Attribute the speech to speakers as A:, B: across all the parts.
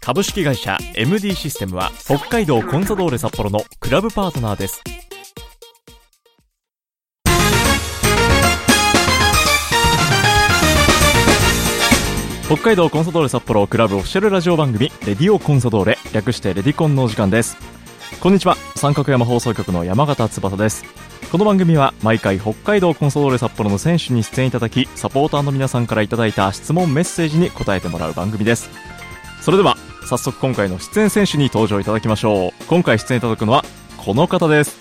A: 株式会社 MD システムは北海道コンサドーレ札幌のクラブパートナーです北海道コンサドーレ札幌クラブオフィシャルラジオ番組「レディオコンサドーレ」略して「レディコン」のお時間ですこんにちは三角山放送局の山形翼ですこの番組は毎回北海道コンサドーレ札幌の選手に出演いただきサポーターの皆さんからいただいた質問メッセージに答えてもらう番組ですそれでは早速今回の出演選手に登場いただきましょう今回出演いただくのはこの方です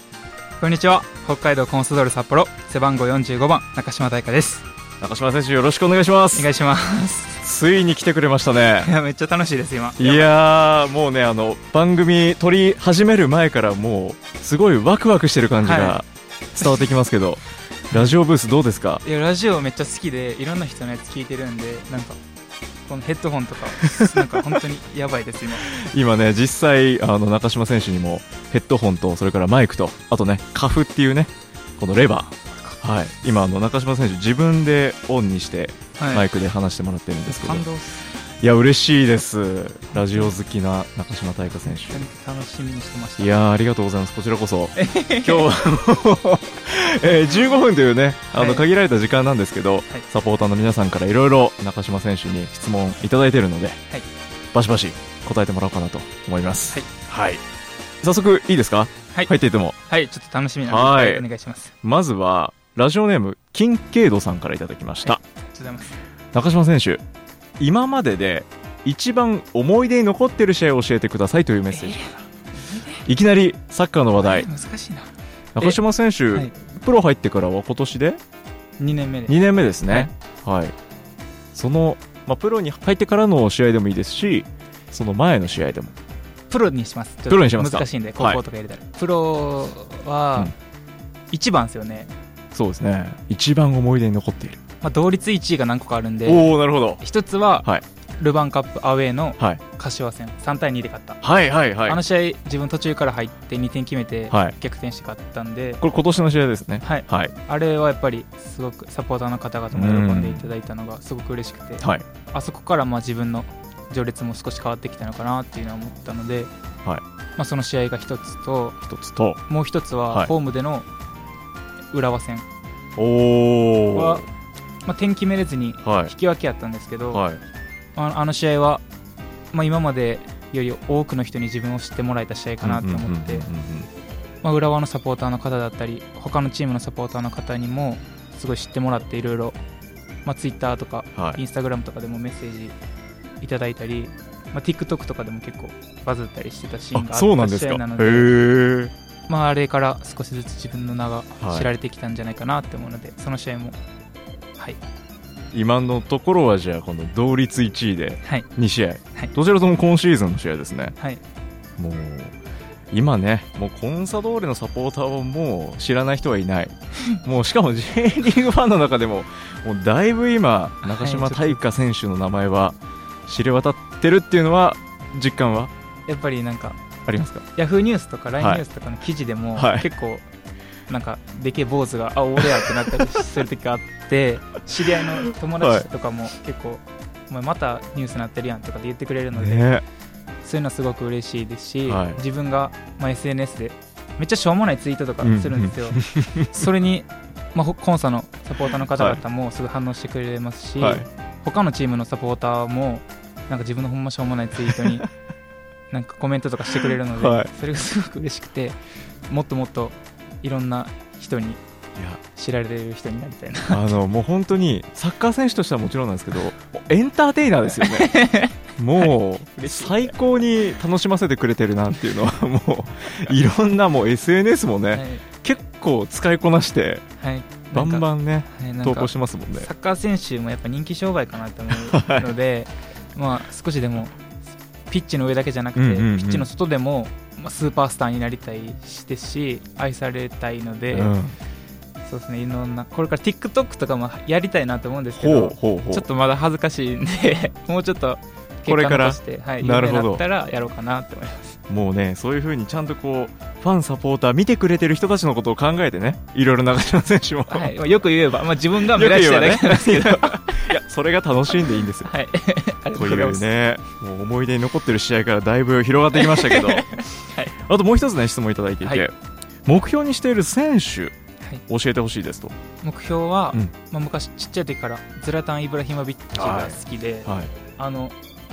B: こんにちは北海道コンソドール札幌背番号45番中島大香です
A: 中島選手よろしくお願いしま
B: お
A: す
B: 願いします
A: ついに来てくれましたね
B: いやめっちゃ楽しいです今
A: いやーもうねあの番組撮り始める前からもうすごいワクワクしてる感じが
B: は
A: 伝わってきますけど、ラジオブースどうですか
B: いやラジオめっちゃ好きでいろんな人のやつ聞いてるんでなんかこのヘッドホン とかなんか本当にやばいです今
A: 今ね実際あの中島選手にもヘッドホンとそれからマイクとあとねカフっていうねこのレバーはい、今あの中島選手自分でオンにして
B: はい
A: マイクで話してもらってるんですけど、
B: 感動っす
A: いや嬉しいですラジオ好きな中島大香選
B: 本
A: 手
B: 当に楽しみにしてました
A: いやーありがとうございますこちらこそ今日は えー15分というねあ
B: は
A: の
B: い
A: 限られた時間なんですけど、サポーターの皆さんからいろいろ中島選手に質問いただいているので、バシバシ答えてもらおうかなと思いますはい、早速いいですか、
B: はい
A: 入っていっても
B: はいちょっと楽しみなんで
A: はい
B: お願いしますあ
A: まずはラジオネーム金慶度さんからいただきました、
B: りがとうございます
A: 中島選手今までで一番思い出に残ってる試合を教えてくださいというメッセージ、いきなりサッカーの話題
B: 難しいな
A: 中島選手、
B: はい
A: プロ入ってからは今年で
B: 2年目で
A: 2年目ですねはい、その、まあ、プロに入ってからの試合でもいいですしその前の試合でも
B: プロにします
A: プロにしますか
B: 難しいんで高
A: はい
B: 校とか入れたら、プロは
A: うん
B: 1番ですよね、
A: そうですね一番思い出に残っている、
B: まあ、同率1位が何個かあるんで
A: おおなるほど
B: 一つは、
A: はい
B: ルヴァンカップアウェーの
A: はい
B: 柏戦3対2で勝った、
A: はいはいはい
B: あの試合自分途中から入って2点決めて
A: はい
B: 逆転して勝ったんで、
A: これ今年の試合ですね
B: はい、
A: はい
B: あれはやっぱりすごくサポーターの方々も喜んでいただいたのがすごく嬉しくて、
A: はい
B: あそこからまあ自分の序列も少し変わってきたのかなっていうのは思ったので、
A: はい
B: まあ、その試合が一つと
A: 一つと
B: もう一つ
A: はい
B: はホームでの浦和戦
A: おお
B: は、まあ、点決めれずに
A: は
B: 引き分けやったんですけ
A: い
B: ど、
A: はい
B: あのあの試合は、まあ、今までより多くの人に自分を知ってもらえた試合かなと思って
A: うんうんうんうんうん
B: まあ浦和のサポーターの方だったり他のチームのサポーターの方にもすごい知ってもらっていろいろ、まあ、Twitter とか
A: はい
B: Instagram とかでもメッセージいただいたり、まあ、TikTok とかでも結構バズったりしてたシーンが
A: あ
B: あ
A: そうな
B: っ
A: ん
B: た
A: です
B: 試
A: か
B: 合なので
A: へえ
B: まあ、あれから少しずつ自分の名が
A: はい
B: 知られてきたんじゃないかなって思うので、その試合も、はい、
A: 今のところはじゃあこの同率1位で
B: はい
A: 2試合、
B: はい
A: どちらとも今シーズンの試合ですね
B: はい、
A: もう今ねもうコンサドーレのサポーターをもう知らない人はいない もうしかも J リーグファンの中でももうだいぶ今中島大花選手の名前は知れ渡ってるっていうのは実感は
B: やっぱりなんか
A: ありますか
B: ヤフーニュースとか LINE
A: はい
B: ニュースとかの記事でも、
A: はい
B: 結構なんかでけえ坊主があ俺やってなったりする時があって 知り合いの友達とかも結構、お前またニュースなってるやんとかって言ってくれるので、
A: ね
B: そういうのはすごく嬉しいですし、
A: はい
B: 自分が、まあ、SNS でめっちゃしょうもないツイートとかするん ですよ、それに、まあ、ほコンサのサポーターの方々もすぐ反応してくれますし、
A: はい
B: 他のチームのサポーターもなんか自分のほんましょうもないツイ ートになんかコメントとかしてくれるので、
A: はい
B: それがすごく嬉しくてもっともっといろんな人に
A: いや
B: 知られる人になりたいな
A: あのもう本当にサッカー選手としてはもちろんなんですけどもうエンターテイナーですよね もう
B: 嬉しい
A: 最高に楽しませてくれてるなっていうのはもういろんなもう SNS もね、結構使いこなして
B: はい、はい、
A: バン
B: ン、
A: バンね
B: はいなんか
A: 投稿してますもんね
B: サッカー選手もやっぱ人気商売かなと思 うので、まあ、少しでもピッチの上だけじゃなくて、
A: うんうんうん
B: ピッチの外でもまあ、スーパースターになりたいしですし愛されたいので、
A: うん
B: そうですねいろんなこれから TikTok とかもやりたいなと思うんですけ
A: ほう
B: ど
A: ほうほう
B: ちょっとまだ恥ずかしいんで もうちょっと
A: これ
B: 結
A: か
B: 果
A: ら
B: 残して、はい、
A: な
B: 有
A: る
B: 名
A: ほど
B: だったらやろうかなって思います
A: もうねそういう風にちゃんとこうファンサポーター見てくれてる人たちのことを考えてねいろいろ中島選手も、
B: はいまあ、よく言えば、まあ、自分が
A: よ
B: 目
A: く
B: 指し
A: 言
B: た
A: えばね
B: いだけなんですけど、
A: いやそれが楽しいんでいいんですよ
B: はいありがと
A: と
B: うござい
A: い
B: ま
A: う
B: す、
A: ねもう思い出に残ってる試合からだいぶ広がってきました けど、あともう一つね質問いただいていて、
B: はい
A: 目標にしている選手
B: はい
A: 教えてほしいですと、
B: 目標は、
A: うん
B: まあ、昔ちっちゃい時からズラタン・イブラヒモビッチが好きで、
A: はい
B: あの、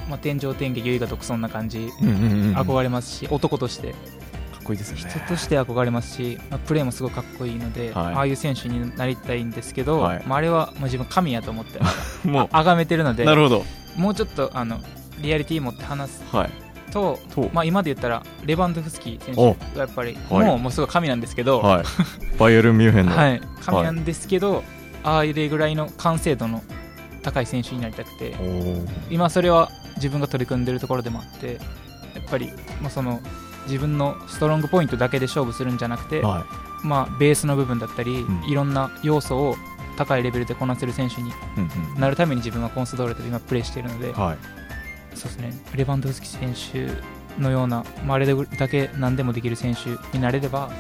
B: まあ、天井天気唯我独尊な感じ
A: うんうんうんうん、かっ
B: 憧れますし、男として
A: こいいですよね
B: 人として憧れますし、まあ、プレーもすごいかっこいいので、
A: はい
B: ああいう選手になりたいんですけど、
A: はい
B: まあ、あれはもう自分神やと思って
A: も
B: 崇めてるの
A: う
B: で
A: なるほど
B: もうちょっとあのリアリティ持って話す
A: はい
B: と、
A: と
B: まあ、今で言ったらレバンドフスキ選手
A: お
B: がやっぱり、
A: はい
B: もうもうすごい神なんですけど、は
A: はいバイエルンミュンヘン
B: い
A: の、
B: 神なんですけど、ああいうぐらいの完成度の高い選手になりたくて
A: おー
B: 今それは自分が取り組んでるところでもあってやっぱり、まあ、その自分のストロングポイントだけで勝負するんじゃなくて、
A: は
B: まあ、ベースの部分だったり、
A: ん
B: いろんな要素を高いレベルでこなせる選手に
A: い、うんうん
B: なるために自分はコンソドーレで今プレーしているので、
A: はい
B: そうですね、レバンドフスキ選手のような、まあ、あれだけ何でもできる選手になれれば、ま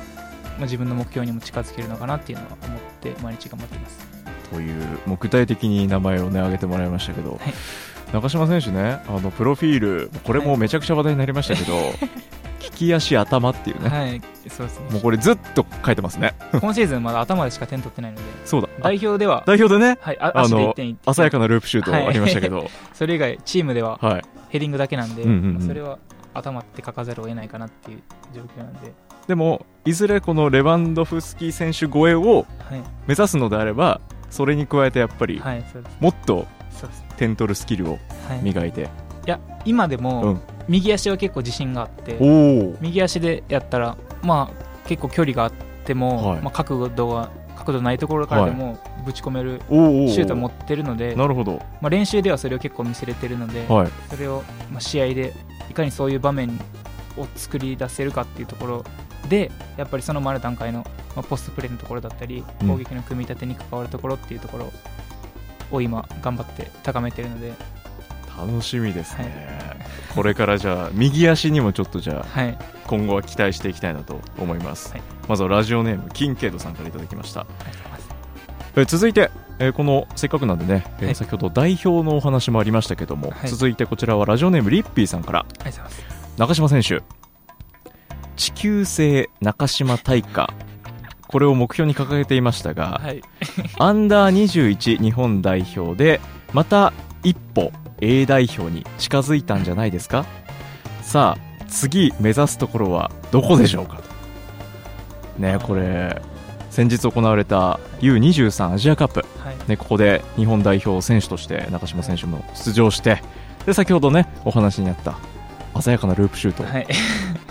B: あ、自分の目標にも近づけるのかなっていうのは思って毎日頑張ってます。
A: というもう具体的に名前をね挙げてもらいましたけど、
B: はい
A: 中島選手ねあのプロフィールこれもめちゃくちゃ話題になりました けど、利き足頭っていうね、
B: はい、そうです
A: もう
B: ね。
A: これずっと書いてますね
B: 今シーズンまだ頭でしか点取ってないので、
A: そうだ
B: 代表では、
A: 代表でね
B: はい、あ
A: あ
B: 足で
A: の
B: 1点いって
A: 鮮やかなループシュートありましたけど、
B: それ以外、チームでは
A: はい
B: ヘディングだけなんで、
A: うんうんうん
B: まあそれは頭って書かざるを得ないかなっていう状況なんで、
A: でもいずれこのレバンドフスキ選手超えを
B: はい、
A: 目指すのであればそれに加えてやっぱり
B: はい、そうです。
A: もっと
B: そうです
A: 点取るスキルを
B: はい、い
A: 磨いて、
B: や、今で
A: う
B: も
A: ん、
B: 右足は結構自信があって、
A: お
B: 右足でやったら、まあ、結構距離があっても、
A: はい
B: まあ、角度は角度ないところからでもぶち込める
A: おおお
B: シュートを持ってるので、
A: なるほど、
B: まあ、練習ではそれを結構見せれてるので、
A: はい、
B: それを、まあ、試合でいかにそういう場面を作り出せるかっていうところでやっぱりその前の段階の、まあ、ポストプレーのところだったり
A: うん
B: 攻撃の組み立てに関わるところっていうところを今頑張って高めてるので、
A: 楽しみですね、これからじゃあ右足にもちょっとじゃあ
B: はい、
A: 今後は期待していきたいなと思います、
B: はい
A: まずはラジオネームキンケイドさんからいただきました
B: ありがとうございます
A: えー続いて、えーこのせっかくなんでね、えー
B: はい
A: 先ほど代表のお話もありましたけども、
B: はい
A: 続いてこちらはラジオネームリッピーさんから
B: ありがとうございます
A: 中島選手地球制中島大会これを目標に掲げていましたが、
B: はい、
A: アンダー21日本代表でまた一歩 A 代表に近づいたんじゃないですかさあ次目指すところはどこでしょうかとねこれ先日行われた U23 アジアカップ
B: はい
A: ね、ここで日本代表選手として中島選手も出場してで先ほどねお話にあった鮮やかなループシュート、
B: はい、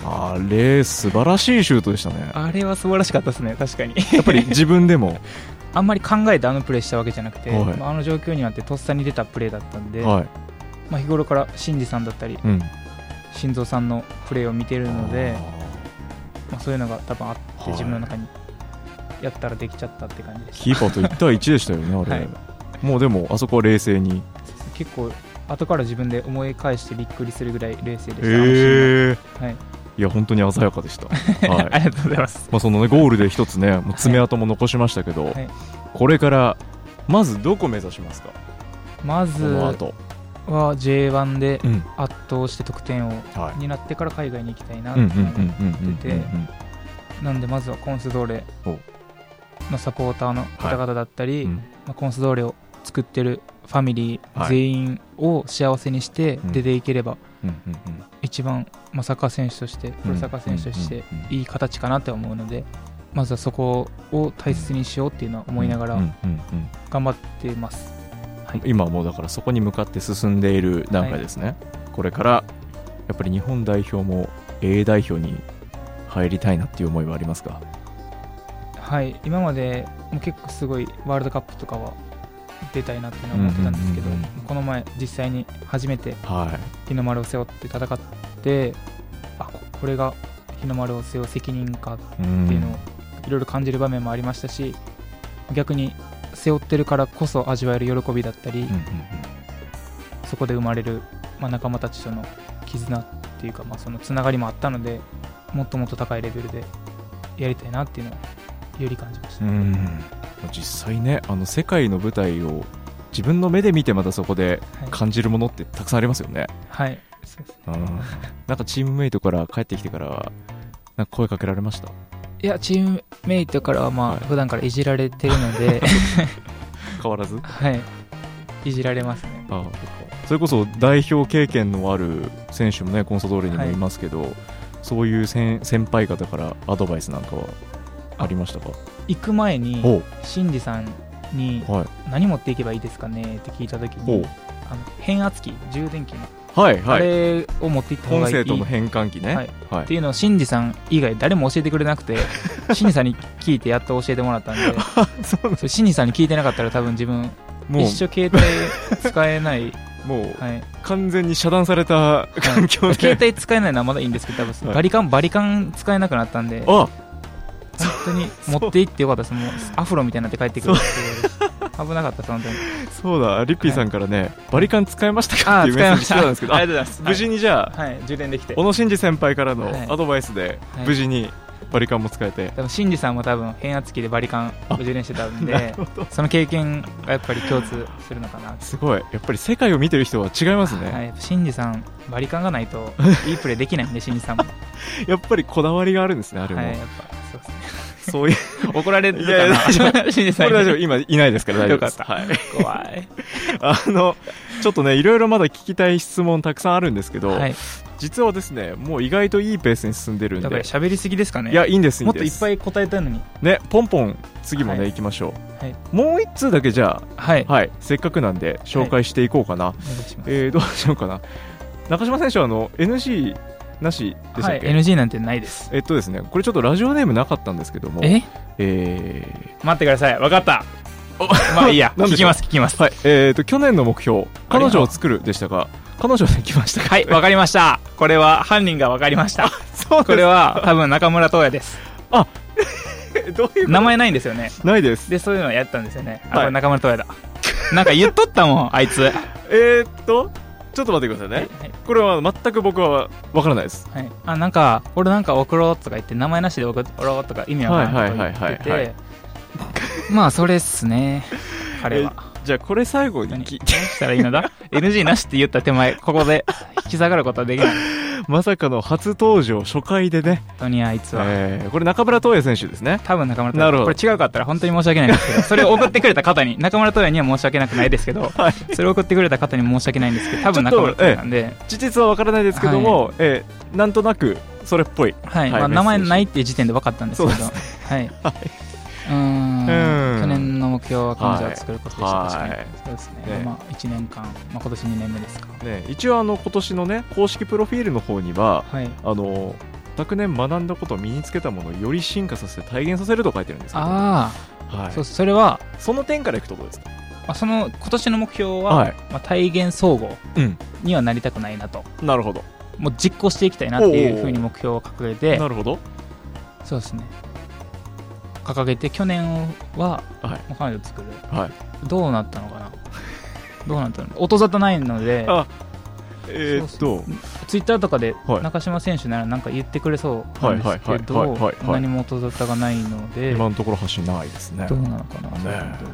A: あれ素晴らしいシュートでしたね
B: あれは素晴らしかったですね確かに
A: やっぱり自分で も、
B: あんまり考えてあのプレーしたわけじゃなくて、
A: はい
B: まあ、あの状況になってとっさに出たプレーだったんで、
A: は
B: まあ、日頃から新司さんだったり
A: いうん、
B: 新蔵さんのプレーを見てるのでまあ、そういうのが多分あって、
A: はい
B: 自分の中にやったらできちゃったって感じでし
A: キーパーと1対1でしたよねあれ、
B: はい
A: もうでもあそこは冷静に
B: た結構後から自分で思い返してびっくりするぐらい冷静でし
A: え
B: た、あのシーンははい、
A: いや本当に鮮やかでした、はい
B: ありがとうございます
A: まあ、その、ね、ゴールで一つねもう爪痕も残しましたけど、
B: い
A: これからまずどこ目指しますか
B: ま
A: こ
B: ず
A: の
B: は
A: 後、
B: J1 で
A: うん
B: 圧倒して得点を
A: はい
B: になってから海外に行きたいなっ
A: う
B: てい
A: ん
B: う
A: うんうん
B: のが
A: うんうんうん
B: 出てなんでまずはコンスドーレ
A: お
B: のサポーターの方々だったり、
A: うんうん
B: まあ、コンスドーレを作ってるファミリ
A: はい
B: ー全員を幸せにして
A: うん
B: 出ていければ、
A: うんうんうん
B: 一番、まあ、サッカー選手としてプロサッカー選手として
A: うんうんうんうん
B: いい形かなって思うのでまずはそこを大切にしようっていうのは思いなが
A: うんう
B: ら
A: んうん
B: 頑張ってます、はい
A: 今もうだからそこに向かって進んでいる段階ですね、これからやっぱり日本代表も A 代表に入りたいなっていう思いはありますか
B: はい、今までもう結構すごいワールドカップとかは出たいなっていうのは思ってたんですけど、
A: うんうんうんう
B: この前実際に初めて
A: は
B: 日の丸を背負って戦ってあここれが日の丸を背負う責任感っ
A: うん
B: ていうのをいろいろ感じる場面もありましたし逆に背負ってるからこそ味わえる喜びだったり、
A: うんうん
B: そこで生まれる、まあ、仲間たちとの絆っていうか、まあ、そのつながりもあったのでもっともっと高いレベルでやりたいなっていうのをより感じました、
A: うんうん実際ねあの世界の舞台を自分の目で見てまたそこで
B: はい、
A: 感じるものってたくさんありますよね、
B: はい、そうです
A: うん、なんかチームメイトから帰ってきてからなんか声かけられました
B: いやチームメイトからは
A: は
B: まあ
A: い
B: 普段からいじられてるの で、
A: 変わらず
B: はい、いじられますね
A: ああそれこそ代表経験のある選手もねコンサドーレにもいますけど、そういう先先輩方からアドバイスなんかはありましたか
B: 行く前に
A: おう
B: シンジさんに
A: はい
B: 何持っていけばいいですかねって聞いた時
A: お
B: に
A: う
B: あの変圧器充電器の、
A: はいは
B: あ
A: い
B: れを持っていった
A: コ
B: 方
A: ン
B: がいい
A: セント
B: っ
A: の変換器ね
B: はい
A: はい
B: ていうのをシンジさん以外誰も教えてくれな くてシンジさんに聞いてやっと教えてもらったんで
A: そうなん
B: それシンジさんに聞いてなかったら多分自分
A: も
B: 一生携帯使 えない、
A: うもう
B: はい、
A: 完全に遮断された環境
B: 携
A: で、
B: 帯使えないのはまだいいんですけど多分
A: はい
B: バリカンバリカン使えなくなったんで本
A: あ
B: 当に持って行ってよかったですもうアフロみたいになって帰ってくるっていう危なかったその時
A: そうだリッピーさんからね、バリカン使えましたか
B: あ
A: っ
B: あ
A: ていう
B: 使
A: メ
B: い
A: ッセージ
B: まし
A: 来
B: た
A: たんですけど
B: あ
A: あ
B: りがとうございます
A: 無事にじゃあ、
B: はい充電できて
A: 小野伸二先輩からの
B: はい
A: アドバイスで、
B: はい
A: 無事にバリカンも使えて、
B: 多分シンジさんも多分変圧器でバリカンを充電してたん
A: な
B: でその経験がやっぱり共通するのかな
A: すごいやっぱり世界を見てる人は違いますね、
B: はい、やっぱシンジさんバリカンがない といいプレーできないんでシンジさんも
A: やっぱりこだわりがあるんですねあれも、
B: はいやっぱそうですね
A: そう いう
B: 怒られ
A: いやい
B: る
A: や
B: かなシンジ
A: こ
B: さん
A: れ
B: に
A: 大丈夫今いないですから大丈夫です
B: よ
A: はい、
B: 怖い
A: あのちょっとねいろいろまだ聞きたい質問たくさんあるんですけど、
B: はい
A: 実はですねもう意外といいペースに進んでるん
B: だ
A: で
B: から喋りすぎですかね
A: いやいいんですいい
B: も
A: ん
B: っとい
A: で
B: っ
A: す
B: ぱい答えたいのに
A: ねポンポン次もね、
B: はい
A: 行きましょう、
B: はい
A: もう一通だけじゃ
B: はい
A: あ、はい、せっかくなんで紹介していこうかな、
B: お願いします
A: えー、どう しようかな中島選手はあの NG なしでした
B: は
A: っ
B: い
A: け、
B: NG なんてないです
A: えっとですねこれちょっとラジオネームなかったんですけども
B: え
A: え
B: 待ってくださいわかったまあいいや
A: なんで
B: 聞
A: し
B: き
A: ょう
B: ます聞きます
A: ーはいえー、と去年の目標
B: あれ
A: 彼女を作るでしたが彼女できましたか
B: はいわかりましたこれは犯人がわかりました
A: そう
B: これ
A: は
B: は多分中村東也です
A: どういうこ
B: 名前ないんですよね
A: とないです
B: でそういうのをやったんですよねあ
A: はい
B: これ中村東也だなんか言っとった もんあいつはい
A: えー、っとちょっと待ってくださいねこれは全く僕はわからないです
B: はい、あなんか俺なんか送ろうとか言って名前なしで送ろうとか意味わからんこと言って
A: はいはいはいはい
B: てまあそれっすね彼は
A: じゃあこれ最後に
B: 何ど
A: き
B: うしたらいいのだ NG なしって言った手前ここで引き下がることはできない
A: まさかの初登場初回でね、
B: 本当にあいつは、
A: えーこれ中村東也選手ですね
B: 多分中
A: な
B: 村
A: る
B: 也
A: ほど
B: これ違うかったら本当に申し訳ないんで すけどそれを送ってくれた方に中村東也には申し訳なくないですけど、それを送ってくれた方に申し訳ないんですけど多分中村東也なんで、
A: 事実はわからないですけども、えーなんとなくそれっぽい
B: はい
A: はい
B: まあ、
A: メッセー
B: 名
A: ジ
B: 前ないっていう時点で分かったんですけど はい、うーん
A: うん
B: 去年の目標は彼女を作ることでした、
A: はい
B: 確か
A: はい
B: にそうですね、
A: ね
B: まあ、1年間、まあ、今年2年目ですか
A: ね、一応あの今年のね公式プロフィールの方には
B: はい
A: あの昨年学んだことを身につけたものをより進化させて体現させると書いてるんですけど、
B: あ
A: は
B: あ
A: い、
B: そう
A: そ
B: それは、
A: の点からいくとどうですか
B: まあ、その今年の目標は、
A: はい
B: まあ、体現総合
A: うん
B: にはなりたくないなと
A: なるほど
B: もう実行していきたいなってい
A: おうおう
B: うふうに目標を掲げて
A: なるほど
B: そうですね掲げて去年は、
A: はい
B: まあ彼女を作る、
A: はい
B: どうなったのかなどうなったの音沙汰ないので
A: あえーっ
B: そ
A: と
B: うツイッターとかで
A: はい
B: 中島選手ならなんか言ってくれそうなんですけ
A: はい
B: ど
A: はいはいはいはい
B: 何も音沙汰がないので
A: 今のところ発信ないですね
B: どうなのか
A: ね
B: などうなんです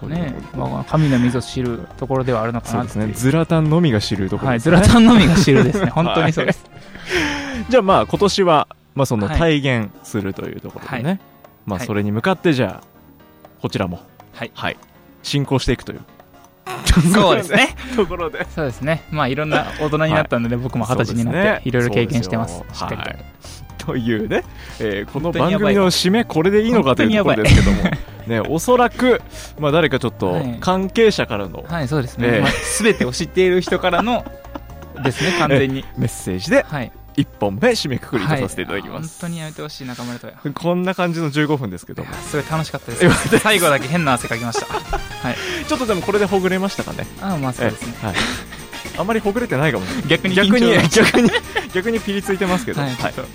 B: か
A: という
B: ね
A: ことで
B: まあ神の溝を知るところではあるのか
A: そ
B: な
A: う
B: っ
A: です
B: ていう
A: ねズラタンのみが知るところ
B: は
A: で
B: い
A: す
B: ズ
A: ね、
B: ラタンのみが知るですね本当にそうです
A: じゃあまあ今年は、まあ、その
B: はい
A: 体現するというところでね、
B: は
A: まあ
B: はい
A: それに向かってじゃあこちらも
B: はい
A: はい進行していくという
B: そうですね
A: ところ で
B: そうですねまあいろんな大人になったので僕も二十歳になっていろいろ経験してます
A: そうで
B: しっかりと
A: よはいというね、えーこの
B: 本当に
A: 番
B: やば
A: 組
B: い
A: の締めこれでいいのかというところですけども、 ね、おそらく、まあ、誰かちょっと
B: はい
A: 関係者からの
B: はいそうです
A: ええ
B: ねまあ全てを知っている人からのですね完全に
A: メッセージで
B: はい
A: 1本目締めくくりとさせていただきます、
B: はい本当にやめてほしい中村と也
A: こんな感じの15分ですけども
B: すごい楽しかった
A: よ
B: で
A: かったです
B: 最後だけ変な汗かきました はい
A: ちょっとでもこれでほぐれましたかね
B: ああまあそうですね
A: えーはい、あままりほぐれてないかもしれない
B: 逆に緊
A: 逆に
B: 張
A: 逆に逆にピリついてますけど、
B: はい、
A: はい
B: ちょっ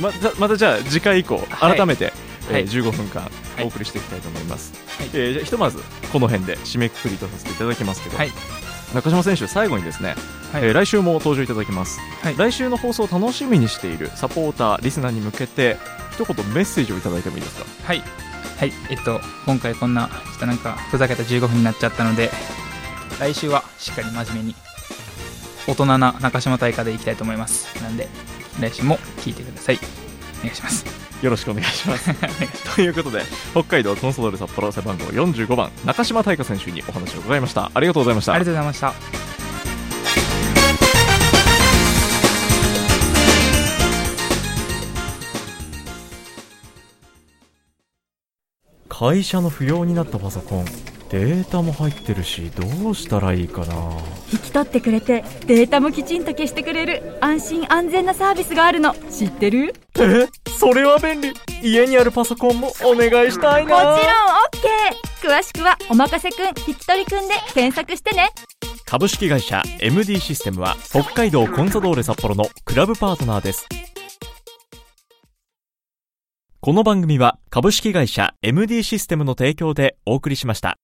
A: またまたじゃあ次回以降
B: はい
A: 改めて、
B: はい
A: えー15分間
B: はい
A: お送りしていきたいと思います、
B: はい
A: えーじゃあひとまずこの辺で締めくくりとさせていただきますけど、
B: はい
A: 中島選手最後にですね、
B: はい
A: えー来週も登場いただきます、
B: はい
A: 来週の放送を楽しみにしているサポーターリスナーに向けて一言メッセージをいただいてもいいですか
B: はい、はい、えっと、今回こんな、ちょっとなんか、ふざけた15分になっちゃったので、来週はしっかり真面目に、大人な中島大会でいきたいと思います。なんで、来週も聞いてください。お願いします。
A: よろしくお願いします ということで北海道コンソドール札幌背番号45番中島大花選手にお話を伺いましたありがとうございました
B: ありがとうございました。
A: 会社の不要になったパソコンデータも入ってるしどうしたらいいかな
C: 引き取ってくれてデータもきちんと消してくれる安心安全なサービスがあるの知ってる
A: えそれは便利家にあるパソコンもお願いしたい
C: もちろん OK 詳しくは「おまかせくん引き取りくん」で検索してね
A: 株式会社 MD システムは北海道コンサドーレ札幌のクラブパートナーですこの番組は株式会社 MD システムの提供でお送りしました